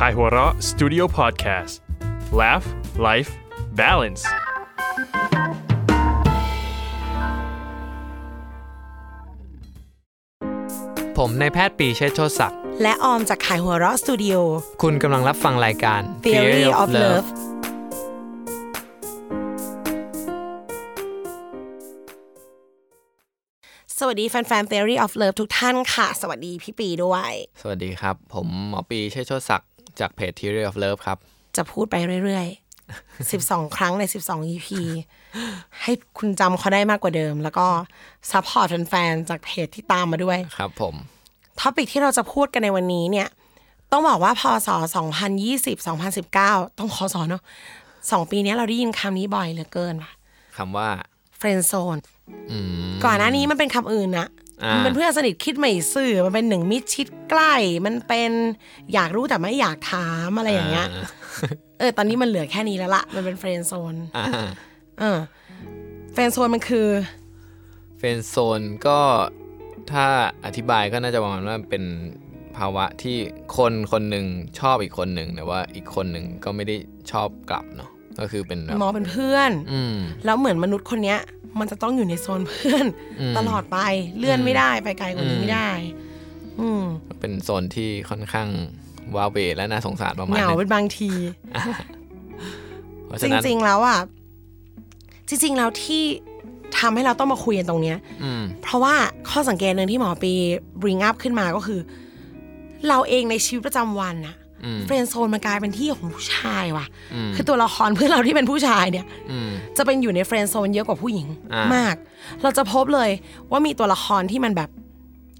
k a i h u r a Studio Podcast Laugh Life Balance ผมนายแพทย์ปรีเชษฐ์โชติศักดิ์ และออมจากขายหัวเราะสตูดิโอ คุณกำลังรับฟังรายการ Theory of Love สวัสดีแฟนๆ Theory of Love ทุกท่านค่ะ สวัสดีพี่ปีด้วย สวัสดีครับ ผมหมอปรีเชษฐ์โชติศักดิ์จากเพจ Theory of Love ครับ จะพูดไปเรื่อยๆ 12 ครั้งใน 12 EP ให้คุณจำเขาได้มากกว่าเดิม แล้วก็ซัพพอร์ตแฟนๆ จากเพจที่ตามมาด้วย ครับผม ท็อปิกที่เราจะพูดกันในวันนี้เนี่ย ต้องบอกว่าพศ2020 2019 ต้องขอสอนเนาะสองปีเนี้ยเราได้ยินคำนี้บ่อยเหลือเกินว่ะ คำว่า เฟรนโซนก่อนหน้านี้มันเป็นคำอื่นนะ อ่ามั มันเป็นเพื่อนสนิทคิดไม่ซื่อ มันเป็นหนึ่งมิตรชิดใกล้ มันเป็นอยากรู้แต่ไม่อยากถามอะไรอย่างเงี้ย เออ ตอนนี้มันเหลือแค่นี้แล้วละมันเป็นเฟรนโซนเออเฟรนโซนมันคือ เฟนโซนก็ถ้าอธิบายก็น่าจะประมาณว่าเป็นภาวะที่คนคนหนึ่งชอบอีกคนหนึ่งแต่ว่าอีกคนหนึ่งก็ไม่ได้ชอบกลับเนาะก็คือเป็นแบบ มองเป็นเพื่อน อืม แล้วเหมือนมนุษย์คนเนี้ย มันจะต้องอยู่ในโซนเพื่อน ตลอดไปเลื่อนไม่ได้ไปไกลกว่านี้ไม่ได้ อืม เป็นโซนที่ค่อนข้างว้าเหวและน่าสงสารประมาณ เหงา หนึ เป็น ง บางที เพราะ จ ฉะนั้น ริงๆแล้วอ่ะจริงๆแล้วที่ทำให้เราต้องมาคุยกันตรงเนี้ย อืม เพราะว่าข้อสังเกตหนึ่งที่หมอปี bring up ขึ้นมาก็คือ เราเองในชีวิตประจำวันอะ อืม เฟรนด์โซนมันกลายเป็นที่ของผู้ชายว่ะ คือตัวละครเพื่อนเราที่เป็นผู้ชายเนี่ย อืม จะเป็นอยู่ในเฟรนด์โซนเยอะกว่าผู้หญิง อ่าม มาก เราจะพบเลยว่ามีตัวละครที่มันแบบ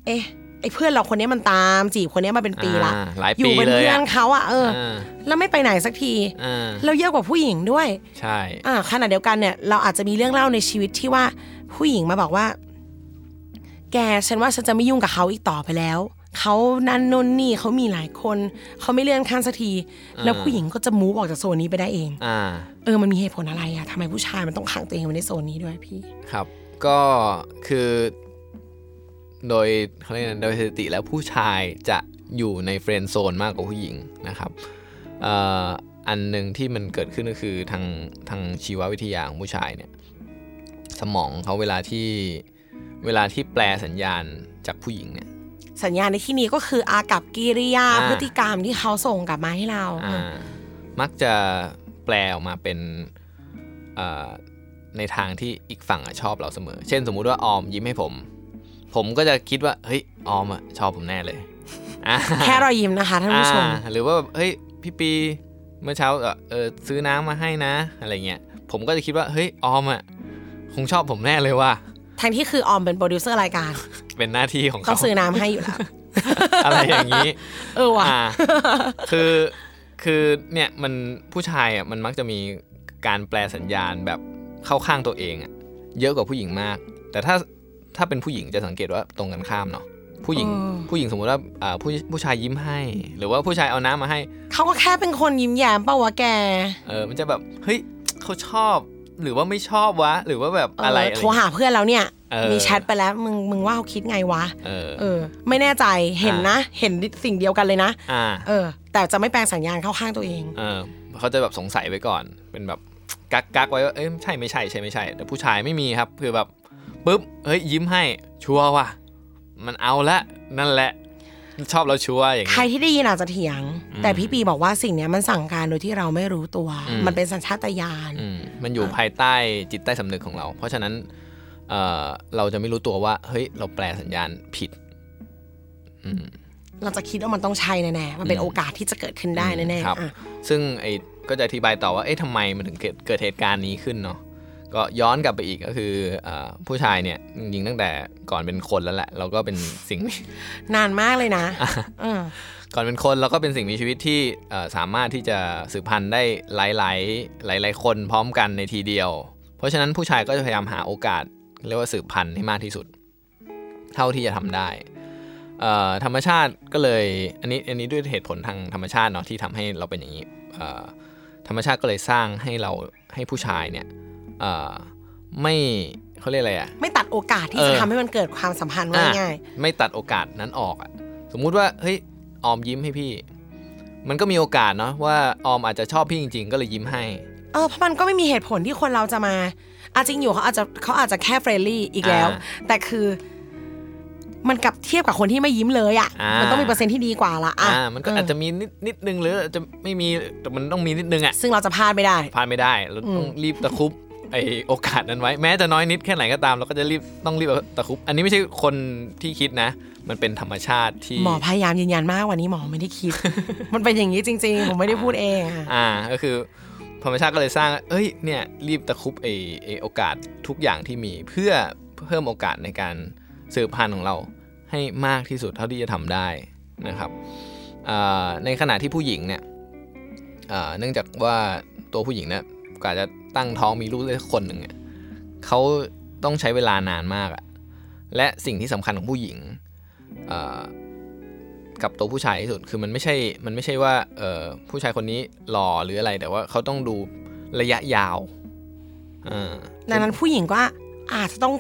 เอ๊ะไอ้เพื่อนเราคนนี้มันตามจีบคนนี้มาเป็นปีละ อ่าหลาย อ ปี ยู่เป็น เลย เพื่อ อะ นเขาอะเออ อ่า แล้วไม่ไปไหนสักที อ่า เราเยอะกว่าผู้หญิงด้วย ใช่ อ่าขณะเดียวกันเนี่ยเราอาจจะมีเรื่องเล่าในชีวิตที่ว่าผู้หญิงมาบอกว่า แกฉันว่าฉันจะไม่ยุ่งกับเขาอีกต่อไปแล้ว เขานั่นนนนี่เขามีหลายคน เขาไม่เลื่อนขั้นสักที แล้วผู้หญิงก็จะมูฟออกจากโซนนี้ไปได้เอง อ่า เออมันมีเหตุผลอะไรอะทำไมผู้ชายมันต้องขังตัวเองไว้ในโซนนี้ด้วยพี่ ครับ ก็คือ โดยเขาเรียกอะไรโดยสถิติแล้วผู้ชายจะอยู่ในเฟรนด์โซนมากกว่าผู้หญิงนะครับเอ่ออันหนึ่งที่มันเกิดขึ้นก็คือทางทางชีววิทยาของผู้ชายเนี่ย สมองเขาเวลาที่เวลาที่แปลสัญญาณจากผู้หญิงเนี่ย สัญญาณในที่นี้ก็คืออากับกิริยา อ่า พฤติกรรมที่เขาส่งกลับมาให้เรา อ่ามักจะแปลออกมาเป็นเอ่อในทางที่อีกฝั่งอะชอบเราเสมอ เช่นสมมุติว่าออมยิ้มให้ผม ผมก็จะคิดว่า เฮ้ย ออมอะชอบผมแน่เลยอ่า แค่รอยยิ้มนะคะท่านผู้ชม อ่าหรือว่าแบบเฮ้ย พี่ปีเมื่อเช้าเอ่อเออซื้อน้ำมาให้นะ อะไรเงี้ย ผมก็จะคิดว่า เฮ้ย ออมอะคงชอบผมแน่เลยว่ะ ทั้งที่คือออมเป็นโปรดิวเซอร์รายการ เป็นหน้าที่ของเขา ต้องซื้อน้ำให้อยู่แล้ว อะไรอย่างนี้ เออว่ะ อ่าคือคือเนี่ยมันผู้ชายอ่ะมันมักจะมีการแปลสัญญาณแบบเข้าข้างตัวเองอ่ะเยอะกว่าผู้หญิงมาก แต่ถ้าถ้าเป็นผู้หญิงจะสังเกตว่าตรงกันข้ามเนาะผู้หญิง อืม ผู้หญิงสมมติว่าอ่าผู้ผู้ชายยิ้มให้ หรือว่าผู้ชายเอาน้ำมาให้ เขาก็แค่เป็นคนยิ้มแย้มเปล่าวะแก เออมันจะแบบเฮ้ยเขาชอบหรือว่าไม่ชอบวะ หรือว่าแบบ เ อะไรอะไร โทรหาเพื่อนแล้วเนี่ย เออ มีแชทไปแล้ว มึงมึงว่าเขาคิดไงวะ เออ เออ ไม่แน่ใจเห็นนะ เห็นสิ่งเดียวกันเลยนะ อ่า เออ แต่จะไม่แปลงสัญญาณเข้าข้างตัวเอง เออเขาจะแบบสงสัยไว้ก่อน เป็นแบบกักกักไว้ว่าเอ้ยใช่ไม่ใช่ใช่ไม่ใช่ แต่ผู้ชายไม่มีครับคือแบบปุ๊บเฮ้ยยิ้มให้ชัวร์ว่ะมันเอาละนั่นแหละ ชอบเราชัวร์อย่าง ใคร งี้ ที่ได้ยินอาจจะเถียง แต่พี่ปีบอกว่าสิ่งเนี้ยมันสั่งการโดยที่เราไม่รู้ตัว อืม มันเป็นสัญชาตญาณ อืมมันอยู่ภายใต้จิตใต้สำนึกของเรา เพราะฉะนั้นเอ่อเราจะไม่รู้ตัวว่า เฮ้ย เราแปลสัญญาณผิด อืม เราจะคิดว่ามันต้องใช่แน่ๆ มันเป็นโอกาสที่จะเกิดขึ้นได้แน่ ครับ ๆอ่ะ ซึ่งไอ้ก็จะอธิบายต่อว่า เอ๊ะทำไมมันถึงเกิดเกิดเหตุการณ์นี้ขึ้นเนาะ ก็ย้อนกลับไปอีกก็คือเออผู้ชายเนี่ยจริงๆตั้งแต่ก่อนเป็นคนแล้วแหละเราก็เป็นสิ่ง นานมากเลยนะเออ ก่อนเป็นคนเราก็เป็นสิ่งมีชีวิตที่เอ่อสามารถที่จะสืบพันธุ์ได้หลาย ๆ หลาย ๆ คนพร้อมกันในทีเดียว เพราะฉะนั้นผู้ชายก็จะพยายามหาโอกาสเรียกว่าสืบพันธุ์ให้มากที่สุด เท่าที่จะทำได้เอ่อธรรมชาติก็เลยอันนี้อันนี้ด้วยเหตุผลทางธรรมชาติเนาะที่ทำให้เราเป็นอย่างนี้เอ่อธรรมชาติก็เลยสร้างให้เราให้ผู้ชายเนี่ยเอ่อไม่เขาเรียกอะไรอะ ไม่ตัดโอกาสที่ เออ จะทำให้มันเกิดความสัมพันธ์ว่า อ่ะ ง่าย ไม่ตัดโอกาสนั้นออกอะสมมุติว่าเฮ้ยออมยิ้มให้พี่ มันก็มีโอกาสเนาะว่าออมอาจจะชอบพี่จริง ๆ ก็เลยยิ้มให้ ๆเออเพราะมันก็ไม่มีเหตุผลที่คนเราจะมาอาจริงอยู่เขาอาจจะเขาอาจจะแค่เฟรนลี่อีกแล้ว อ่ แต่คือ มันกับเทียบกับคนที่ไม่ยิ้มเลยอ่ะ อ่ามั มันต้องมีเปอร์เซ็นต์ที่ดีกว่าละอ่ะ อ่ามันก็อาจจะมีนิดนิดนึงหรืออาจจะไม่มีแต่มันต้องมีนิดนึงอะ ซึ่งเราจะพลาดไม่ได้ พลาดไม่ได้เราต้องรีบตะครุบไอโอกาสนั้นไว้ แม้จะน้อยนิดแค่ไหนก็ตามเราก็จะรีบต้องรีบเอาตะครุบอันนี้ไม่ใช่คนที่คิดนะ มันเป็นธรรมชาติที่ หมอพยายามยืนยันมากกวันนี้หมอไม่ได้ คิด มันเป็นอย่างนี้จริง ๆ ผมไม่ได้พูดเองอะ อ่าก็คือธรรมชาติก็เลยสร้าง เอ้ย เนี่ย รีบตะครุบไอไอโอกาสทุกอย่างที่มี เพื่อเพิ่มโอกาสในการสืบพันธุ์ของเราให้มากที่สุดเท่าที่จะทำได้นะครับอ่าในขณะที่ผู้หญิงเนี่ยอ่าเนื่องจากว่าตัวผู้หญิงเนี่ยกว่าจะตั้งท้องมีลูกได้สักคนหนึ่งเนี่ยเขาต้องใช้เวลานานมากอะและสิ่งที่สำคัญของผู้หญิงอ่า กับตัวผู้ชายที่สุดคือมันไม่ใช่ มันไม่ใช่ว่าเออผู้ชายคนนี้หล่อหรืออะไรแต่ว่าเขาต้องดูระยะยาวอ่า ดังนั้นผู้หญิงก็อาจจะต้อง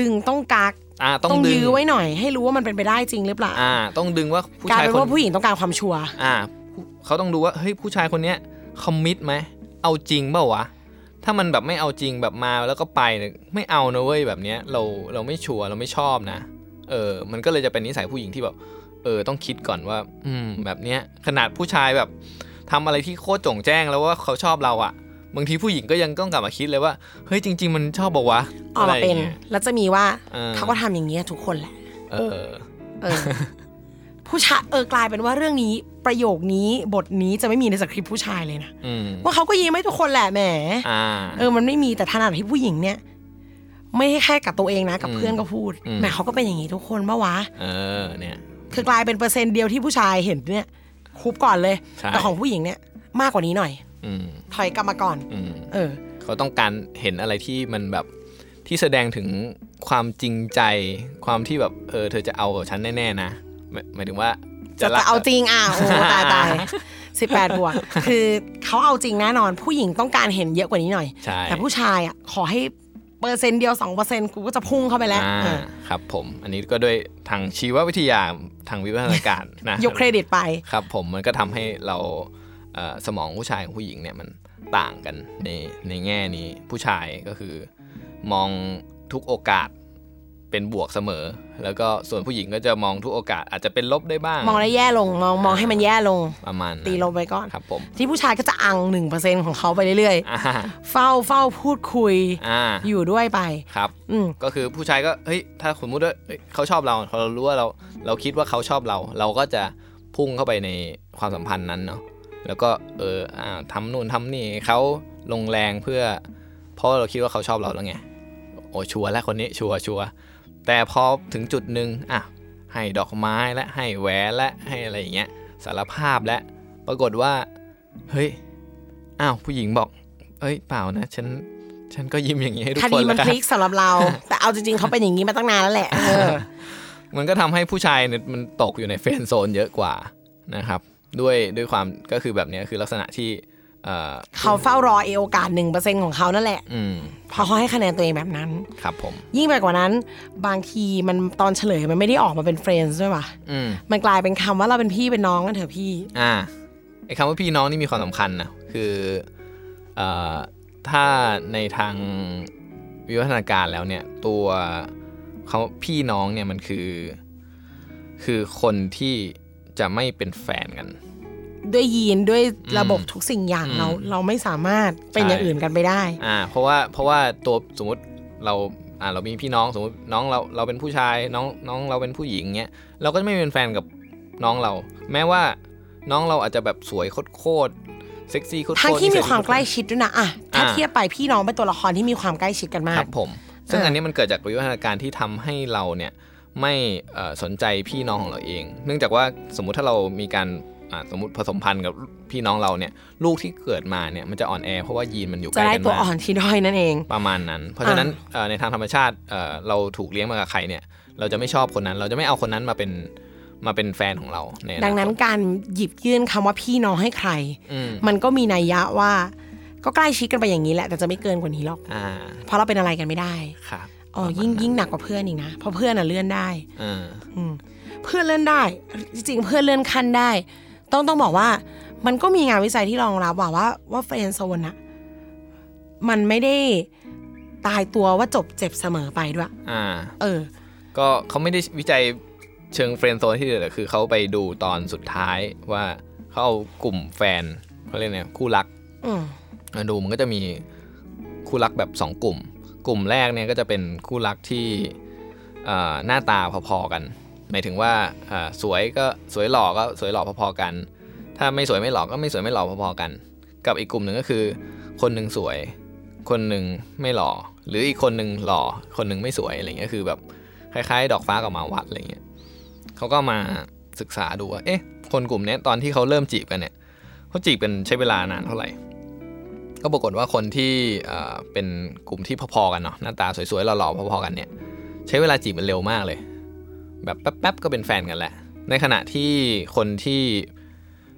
ดึงต้องกัก อ่าต้องดึง ยื้อไว้หน่อย ให้รู้ว่ามันเป็นไปได้จริงหรือเปล่า อ่า ต้องดึงว่าผู้ กลาย ชาย เป็น คน ว่าผู้หญิงต้องการความชัวร์ อ่าผู้เขาต้องดูว่าเฮ้ยผู้ชายคนเนี้ยคอมมิตไหมเอาจริงเปล่าวะถ้ามันแบบไม่เอาจริงแบบมาแล้วก็ไปเนี่ยไม่เอานะเว้ยแบบเนี้ยเราเราไม่ชัวร์เราไม่ชอบนะ เออ มันก็เลยจะเป็นนิสัยผู้หญิงที่แบบเออต้องคิดก่อนว่า อืมแบบเนี้ยขนาดผู้ชายแบบทำอะไรที่โคตรโจ่งแจ้งแล้วว่าเขาชอบเราอะบางทีผู้หญิงก็ยังต้องกลับมาคิดเลยว่าเฮ้ยจริง ๆ มันชอบบอกวะ ออกมาเป็น ะไรย่งงี้ย แล้วจะมีว่า เออ เขาก็ทำอย่างเงี้ยทุกคนแหละ เออ เออ ผู้ชายเออกลายเป็นว่าเรื่องนี้ประโยคนี้บทนี้จะไม่มีในสคริปต์ผู้ชายเลยนะ อืม ว่าเขาก็ยิ้มให้ทุกคนแหละแหม อ่า เออมันไม่มีแต่ถนัดที่ผู้หญิงเนี่ย ไม่ใช่แค่กับตัวเองนะ กับเพื่อนก็พูด อืม แหมเขาก็เป็นอย่างนี้ทุกคนปะวะ เออเนี่ย คือกลายเป็นเปอร์เซ็นต์เดียวที่ผู้ชายเห็นเนี่ยคุบก่อนเลย ใช่ แต่ของผู้หญิงเนี่ยมากกว่านี้หน่อย อืม ถอยกลับมาก่อน อืม เออ เขาต้องการเห็นอะไรที่มันแบบที่แสดงถึงความจริงใจ ความที่แบบเออเธอจะเอากับฉันแน่ๆนะหมายหมายถึงว่า จะ รัก จะเอาจริงอ่ะโอ้ ตายตายสิบแปดบวก คือเขาเอาจริงแน่นอน ผู้หญิงต้องการเห็นเยอะกว่านี้หน่อย ใช่ แต่ผู้ชายอ่ะขอให้เปอร์เซ็นต์เดียวสองเปอร์เซ็นต์กูก็จะพุ่งเข้าไปแล้ว อ่า เออ ครับผม อันนี้ก็ด้วยทางชีววิทยาทางวิวัฒนาการนะ ยกเครดิตไป ครับผมมันก็ทำให้เราเอ่อสมองผู้ชายกับผู้หญิงเนี่ยมันต่างกันในในแง่นี้ผู้ชายก็คือ มองทุกโอกาสเป็นบวกเสมอ แล้วก็ส่วนผู้หญิงก็จะมองทุกโอกาสอาจจะเป็นลบได้บ้าง มองได้แย่ลง มองมองให้มันแย่ลง ประมาณนั้น ตีลงไปก่อน ครับผม ที่ผู้ชายก็จะอังหนึ่งเปอร์เซ็นต์ของเขาไปเรื่อย อ่า ๆ เฝ้าเฝ้าพูดคุย อ่า อยู่ด้วยไป ครับ อืม ก็คือผู้ชายก็เฮ้ยถ้าสมมติว่าเอ้ยเขาชอบเราพอเรารู้ว่าเราเราคิดว่าเขาชอบเรา เราก็จะพุ่งเข้าไปในความสัมพันธ์นั้นเนาะแล้วก็เอออ่าทำนู่นทำนี่ให้เขาลงแรงเพื่อ เพราะเราคิดว่าเขาชอบเราแล้วไงโอ้ชัวร์แล้วคนนี้ชัวร์ชัวร์แต่พอถึงจุดหนึ่งอ่ะให้ดอกไม้และให้แหวนและให้อะไรอย่างเงี้ยสารภาพและปรากฏว่าเฮ้ยอ้าวผู้หญิงบอกเอ้ยเปล่านะฉันฉันก็ยิ้มอย่างนี้ให้ทุก ค ค ดี น มั แล้ น วกั พ น ลิกสำหรับเรา แต่เอาจริงๆเขาเป็นอย่างนี้มาตั้งนานแล้วแหละเออ มันก็ทำให้ผู้ชายเนี่ยมันตกอยู่ในเฟรนด์โซนเยอะกว่านะครับด้วยด้วยความก็คือแบบเนี้ยคือลักษณะที่เอ่อ เขาเฝ้ารอเอโอกาสหนึ่งเปอร์เซ็นของเขานั่นแหละ อืม เพราะเขาให้คะแนนตัวเองแบบนั้น ครับผม ยิ่งไปกว่านั้น บางทีมันตอนเฉลยมันไม่ได้ออกมาเป็นเฟรนด์ด้วยว่ะ อืม มันกลายเป็นคำว่าเราเป็นพี่เป็นน้องกันเถอะพี่ อ่าไอ้คำว่าพี่น้องนี่มีความสำคัญนะคือเอ่อถ้าในทางวิวัฒนาการแล้วเนี่ยตัวคำว่าพี่น้องเนี่ยมันคือ คือคนที่จะไม่เป็นแฟนกัน ด้วยยีนด้วยระบบทุกสิ่งอย่างเรา เราไม่สามารถเป็นอย่างอื่นกันไปได้ อ่าเพราะว่าเพราะว่าตัวสมมติเราอ่าเรามีพี่น้องสมมติน้องเราเราเป็นผู้ชายน้องน้องเราเป็นผู้หญิงเงี้ยเราก็จะไม่เป็นแฟนกับน้องเรา แม้ว่าน้องเราอาจจะแบบสวยโคตรๆเซ็กซี่โคตรๆ ทั้งที่มีความ นิสัยโตรๆ ใกล้ชิดด้วยนะอะ อ่ ถ้า อ่า เทียบไปพี่น้องเป็นตัวละครที่มีความใกล้ชิดกันมา ค ก รับผม ซึ่งอันนี้มันเกิดจากวิวัฒนาการที่ทำให้เราเนี่ยไม่เอ่อสนใจพี่น้องของเราเอง เนื่องจากว่าสมมุติถ้าเรามีการอ่าสมมติผสมพันธุ์กับพี่น้องเราเนี่ยลูกที่เกิดมาเนี่ยมันจะอ่อนแอเพราะว่ายีนมันอยู่ใก จะ ล้ ได้ กัน ตัวอ่อ มาก นที่ด้อยนั่นเอง ประมาณนั้น เพราะฉะนั้นเอ่อในทางธรรมชาติเอ่อเราถูกเลี้ยงมากับใครเนี่ยเราจะไม่ชอบคนนั้น เราจะไม่เอาคนนั้นมาเป็นมาเป็นแฟนของเราใอคต ดังนั้นการหยิบยื่นคำว่าพี่น้องให้ใคร อืม มันก็มีนัยยะว่าก็ใกล้ชิดกันไปอย่างนี้แหละแต่จะไม่เกินกว่านี้หรอก อ่า เพราะเราเป็นอะไรกันไม่ได้ ครับ อ๋อยิ่งยิ่งหนักกว่าเพื่อนอีกนะเพราะเพื่อนอ่ะเลื่อนได้ เออ อืมเพื่อนเลื่อนได้ จริงๆ เพื่อนเลื่อนขั้นได้ ต้องต้องบอกว่า มันก็มีงานวิจัยที่รองรับว่าว่าว่าเฟรนโซนอะมันไม่ได้ตายตัวว่าจบเจ็บเสมอไปด้วย อ่า เออ ก็เขาไม่ได้วิจัยเชิงเฟรนด์โซนที่เดียวแต่คือเขาไปดูตอนสุดท้ายว่าเขาเอากลุ่มแฟนเขาเรียกไงคู่รัก อืม มาดูมันก็จะมีคู่รักแบบ 2 กลุ่ม กลุ่มแรกเนี่ยก็จะเป็นคู่รักที่เอ่อหน้าตาพอๆกันหมายถึงว่าเอ่อสวยก็สวยหล่อก็สวยหล่อพอๆกัน ถ้าไม่สวยไม่หล่อก็ไม่สวยไม่หล่อพอๆกัน กับอีกกลุ่มหนึ่งก็คือ คนหนึ่งสวย คนหนึ่งไม่หล่อ หรืออีกคนหนึ่งหล่อ คนหนึ่งไม่สวยอะไรเงี้ยคือแบบ คล้ายๆ ดอกฟ้ากับหมาวัดอะไรเงี้ยเขาก็มาศึกษาดูว่า เอ๊ะ คนกลุ่มเนี้ยตอนที่เขาเริ่มจีบกันเนี่ยเขาจีบกันใช้เวลานานเท่าไหร่ ก็ปรากฏว่าคนที่เอ่อเป็นกลุ่มที่พอๆกันเนาะหน้าตาสวยๆหล่อๆพอๆกันเนี่ย ใช้เวลาจีบมันเร็วมากเลย แบบแป๊บๆก็เป็นแฟนกันแหละ ในขณะที่คนที่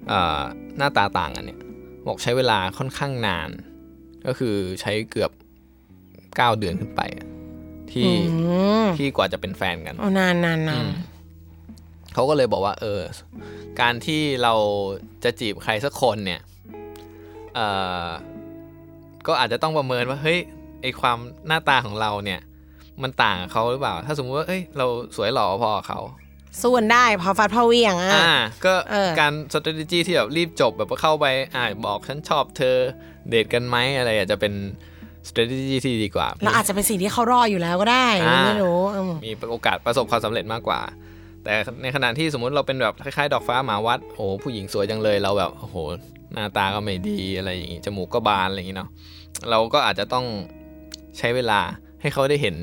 เอ่อหน้าตาต่างกันเนี่ยบอกใช้เวลาค่อนข้างนาน ก็คือใช้เกือบ 9 เดือนขึ้นไปอะที่ อืม ที่กว่าจะเป็นแฟนกัน เอานานนานนา อื น ม เขาก็เลยบอกว่าเออ การที่เราจะจีบใครสักคนเนี่ยเออก็อาจจะต้องประเมินว่าเฮ้ยไอความหน้าตาของเราเนี่ย มันต่างกับเขาหรือเปล่า ถ้าสมมติว่าเอ้ยเราสวยหล่อพอกับเขา สู้กันได้พอฟัดพอเหวียงอ่ะ อ่า ก็ เออ การ strategy ที่แบบรีบจบแบบว่าเข้าไปอ่าบอกฉันชอบเธอเดทกันไหมอะไรอาจจะเป็น strategy ที่ดีกว่า เราอาจจะเป็นสิ่งที่เขารออยู่แล้วก็ได้ อ่า ไม่รู้อืม มีโอกาสประสบความสำเร็จมากกว่า แต่ในขณะที่สมมุติเราเป็นแบบคล้ายๆ ดอกฟ้าหมาวัด โอ้โหผู้หญิงสวยจังเลยเราแบบโอ้โหหน้าตาก็ไม่ดีอะไรอย่างงี้จมูกก็บานอะไรอย่างงี้เนาะเราก็อาจจะต้องใช้เวลาให้เขาได้เห็น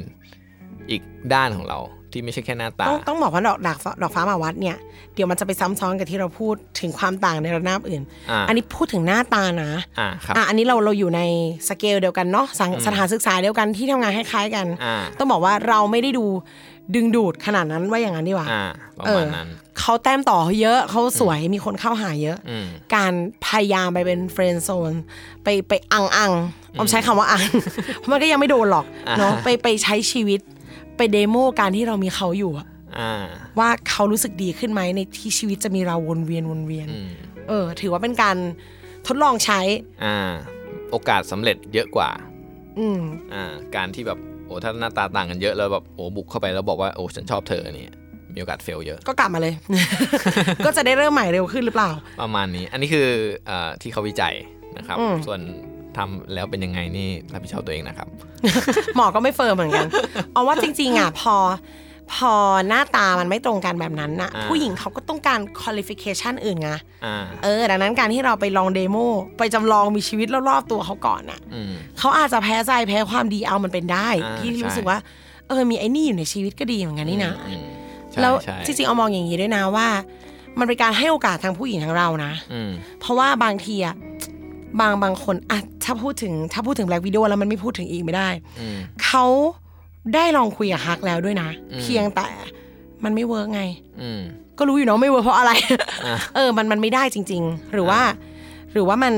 อีกด้านของเราที่ไม่ใช่แค่หน้าตา ต้องต้องบอกว่าดอกดอกฟ้าดอกฟ้ามาวัดเนี่ย เดี๋ยวมันจะไปซ้ำซ้อนกับที่เราพูดถึงความต่างในระนาบอื่น อ่า อันนี้พูดถึงหน้าตานะ อ่าครับ อ่ะอันนี้เราเราอยู่ในสเกลเดียวกันเนาะสังสถานศึกษาเดียวกันที่ทำงานคล้ายๆกัน อ่า ต้องบอกว่าเราไม่ได้ดูดึงดูดขนาดนั้นว่าอย่างนั้นดีกว่า อ่าประมาณนั้น เขาแต้มต่อเขาเยอะเขาสวยมีคนเข้าหาเยอะ อืม การพยายามไปเป็นเฟรนด์โซนไปไปอังอังผมใช้คำว่า อัง เพราะมันก็ยังไม่โดนหรอกเนาะ อ่า ไปไปใช้ชีวิต ไปเดโมการที่เรามีเขาอยู่อะ อ่า ว่าเขารู้สึกดีขึ้นไหมในที่ชีวิตจะมีเราวนเวียนวนเวียน อืม เออ ถือว่าเป็นการทดลองใช้ อ่า โอกาสสำเร็จเยอะกว่า อืม อ่าการที่แบบโอ้ถ้าหน้าตาต่างกันเยอะแล้วแบบโอ้บุกเข้าไปแล้วบอกว่าโอ้ฉันชอบเธอเนี่ยมีโอกาสเฟลเยอะ ก็กลับ มาเลย ก็จะได้เริ่มใหม่เร็วขึ้นหรือเปล่า ประมาณนี้ อันนี้คือเออที่เขาวิจัยนะครับ อืม ส่วนทำแล้วเป็นยังไงนี่รับผิดชอบตัวเองนะครับ หมอก็ไม่เฟิร์มเหมือนกัน เอาว่าจริงๆอ่ะพอ พอหน้าตามันไม่ตรงกันแบบนั้นนะ อ่า ผู้หญิงเขาก็ต้องการคุณ i f i c a t i o n อื่นไง อ่า เออ ดังนั้นการที่เราไปลองเดโมไปจำลองมีชีวิตรอบๆตัวเขาก่อนน่ะ อืม เขาอาจจะแพ้ใจแพ้ความดีเอามันเป็นได้ อ่า ที่ ใช่ รู้สึกว่า เออมีไอ้นี่อยู่ในชีวิตก็ดีเหมือนกันนี่นะ อืมใช่ แล้ว ใช่ จริงๆเอามองอย่างนี้ด้วยนะว่า มันเป็นการให้โอกาสทางผู้หญิงทางเรานะ อืม เพราะว่าบางทีอะบางบางคนอะถ้าพูดถึงถ้าพูดถึงแบล็กวิดีโอแล้วมันไม่พูดถึงอีกไม่ได้ อืม เขาได้ลองคุยกับฮักแล้วด้วยนะ อืม เพียงแต่มันไม่เวิร์กไง อืม ก็รู้อยู่เนาะไม่เวิร์กเพราะอะไร อ่ะ เออมันมันไม่ได้จริง ๆ หรือว่า หรือว่ามัน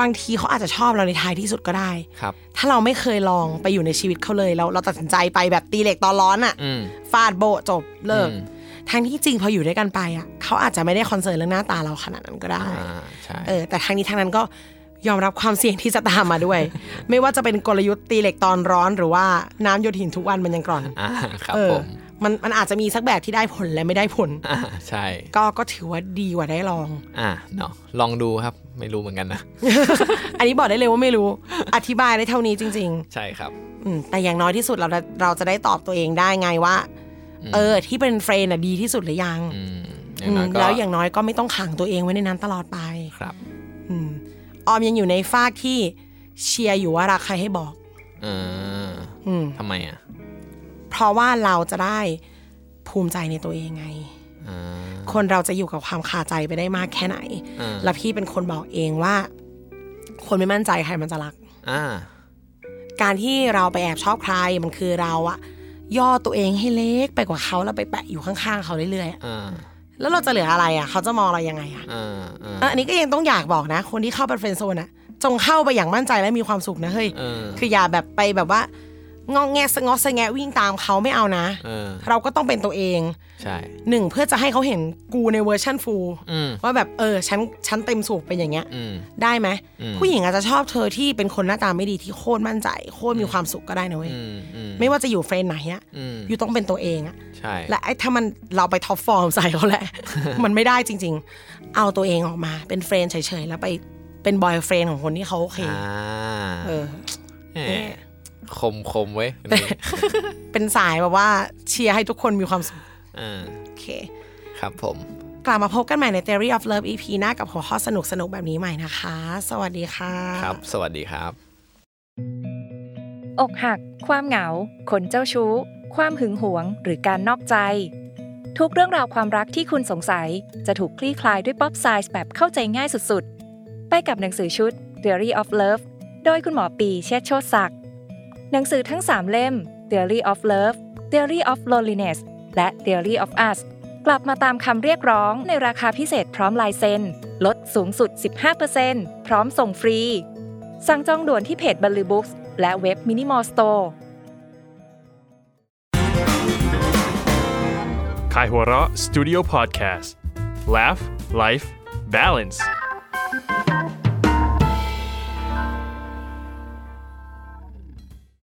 บางทีเขาอาจจะชอบเราในท้ายที่สุดก็ได้ ครับ ถ้าเราไม่เคยลองไปอยู่ในชีวิตเขาเลยเราเราตัดสินใจไปแบบตีเหล็กตอนร้อนอะ อืม ฟาดโบะจบเลิก อืม ทั้งที่จริงพออยู่ด้วยกันไปอะเขาอาจจะไม่ได้คอนเซิร์นเรื่องหน้าตาเราขนาดนั้นก็ได้ อ่าใช่ เออแต่ทางนี้ทางนั้นก็ยอมรับความเสี่ยงที่จะตามมาด้วย ไม่ว่าจะเป็นกลยุทธ์ตีเหล็กตอนร้อนหรือว่าน้ำหยดหินทุกวันมันยังกร่อน อ่าครับ เออ ผม มันมันอาจจะมีสักแบบที่ได้ผลและไม่ได้ผล อ่าใช่ ก็ก็ถือว่าดีกว่าได้ลอง อ่าเนาะลองดูครับไม่รู้เหมือนกันนะ อันนี้บอกได้เลยว่าไม่รู้ อธิบายได้เท่านี้จริง ใช่ครับ ๆอืมแต่อย่างน้อยที่สุดเราเราจะได้ตอบตัวเองได้ไงว่า เออ ที่เป็นเฟรนด์น่ะดีที่สุดหรือยัง อืมอ อื ย่างน้อยมก็ แล้วอย่างน้อยก็ไม่ต้องขังตัวเองไว้ในนั้นตลอดไป ครับ อืมออมยังอยู่ในฟากที่ เชียร์อยู่ว่ารักใครให้บอก เออ อืม ทำไมอ่ะ เพราะว่าเราจะได้ภูมิใจในตัวเองไง เออ คนเราจะอยู่กับความคาใจไปได้มากแค่ไหน อ่า แล้วพี่เป็นคนบอกเองว่า คนไม่มั่นใจใครมันจะรัก อ่า การที่เราไปแอบชอบใครมันคือเราอะย่อตัวเองให้เล็กไปกว่าเขาแล้วไปแปะอยู่ข้างๆเขาเรื่อยๆอะ อ่า แล้วเราจะเหลืออะไรอะเขาจะมองเรายังไงอะ อ่าอ่า เอออันนี้ก็ยังต้องอยากบอกนะ คนที่เข้าเป็นเฟรนด์โซนอะจงเข้าไปอย่างมั่นใจและมีความสุขนะเฮ้ย เออ คืออย่าแบบไปแบบว่า งองแงสะงอสะแงะวิ่งตามเขาไม่เอานะ เออ เราก็ต้องเป็นตัวเอง ใช่ หนึ่งเพื่อจะให้เขาเห็นกูในเวอร์ชันฟูล อืม ว่าแบบเออฉันฉันเต็มสูบเป็นอย่างเงี้ย อืม ได้ไหม อืม ผู้หญิงอาจจะชอบเธอที่เป็นคนหน้าตาไม่ดีที่โคตรมั่นใจ โคตรมีความสุขก็ได้นะเว้ย อืมอืม ไม่ว่าจะอยู่เฟรนด์ไหนอะ อืม อยู่ต้องเป็นตัวเองอะ ใช่ และไอ้ถ้ามันเราไปท็อปฟอร์มใส่เขาแหละ มันไม่ได้จริง ๆ เอาตัวเองออกมาเป็นเฟรนด์เฉยๆแล้วไปเป็นบอยเฟรนด์ของคนที่เขาโอเค อ่า เออ แหมคมคมเว้ยคนนี้ เป็นสายแบบว่าเชียร์ให้ทุกคนมีความสุข อ่า โอเค ครับผม กลับมาพบกันใหม่ใน Theory of Love EP หน้ากับหัวข้อสนุกๆแบบนี้ใหม่นะคะ สวัสดีค่ะ ครับ สวัสดีครับ อกหัก ความเหงา คนเจ้าชู้ ความหึงหวง หรือการนอกใจ ทุกเรื่องราวความรักที่คุณสงสัย จะถูกคลี่คลายด้วยป๊อปไซส์แบบเข้าใจง่ายสุดๆ ไปกับหนังสือชุด Theory of Love โดยคุณหมอปีเชษฐ์โชติศักดิ์ หนังสือทั้ง 3 เล่ม Theory of Love Theory of Loneliness และ Theory of Us กลับมาตามคำเรียกร้องในราคาพิเศษพร้อมลายเซ็นลดสูงสุด 15%พร้อมส่งฟรี สั่งจองด่วนที่เพจบัลลือบุ๊กส์และเว็บมินิมอลสโตร์ Kaihura Studio Podcast Laugh Life Balance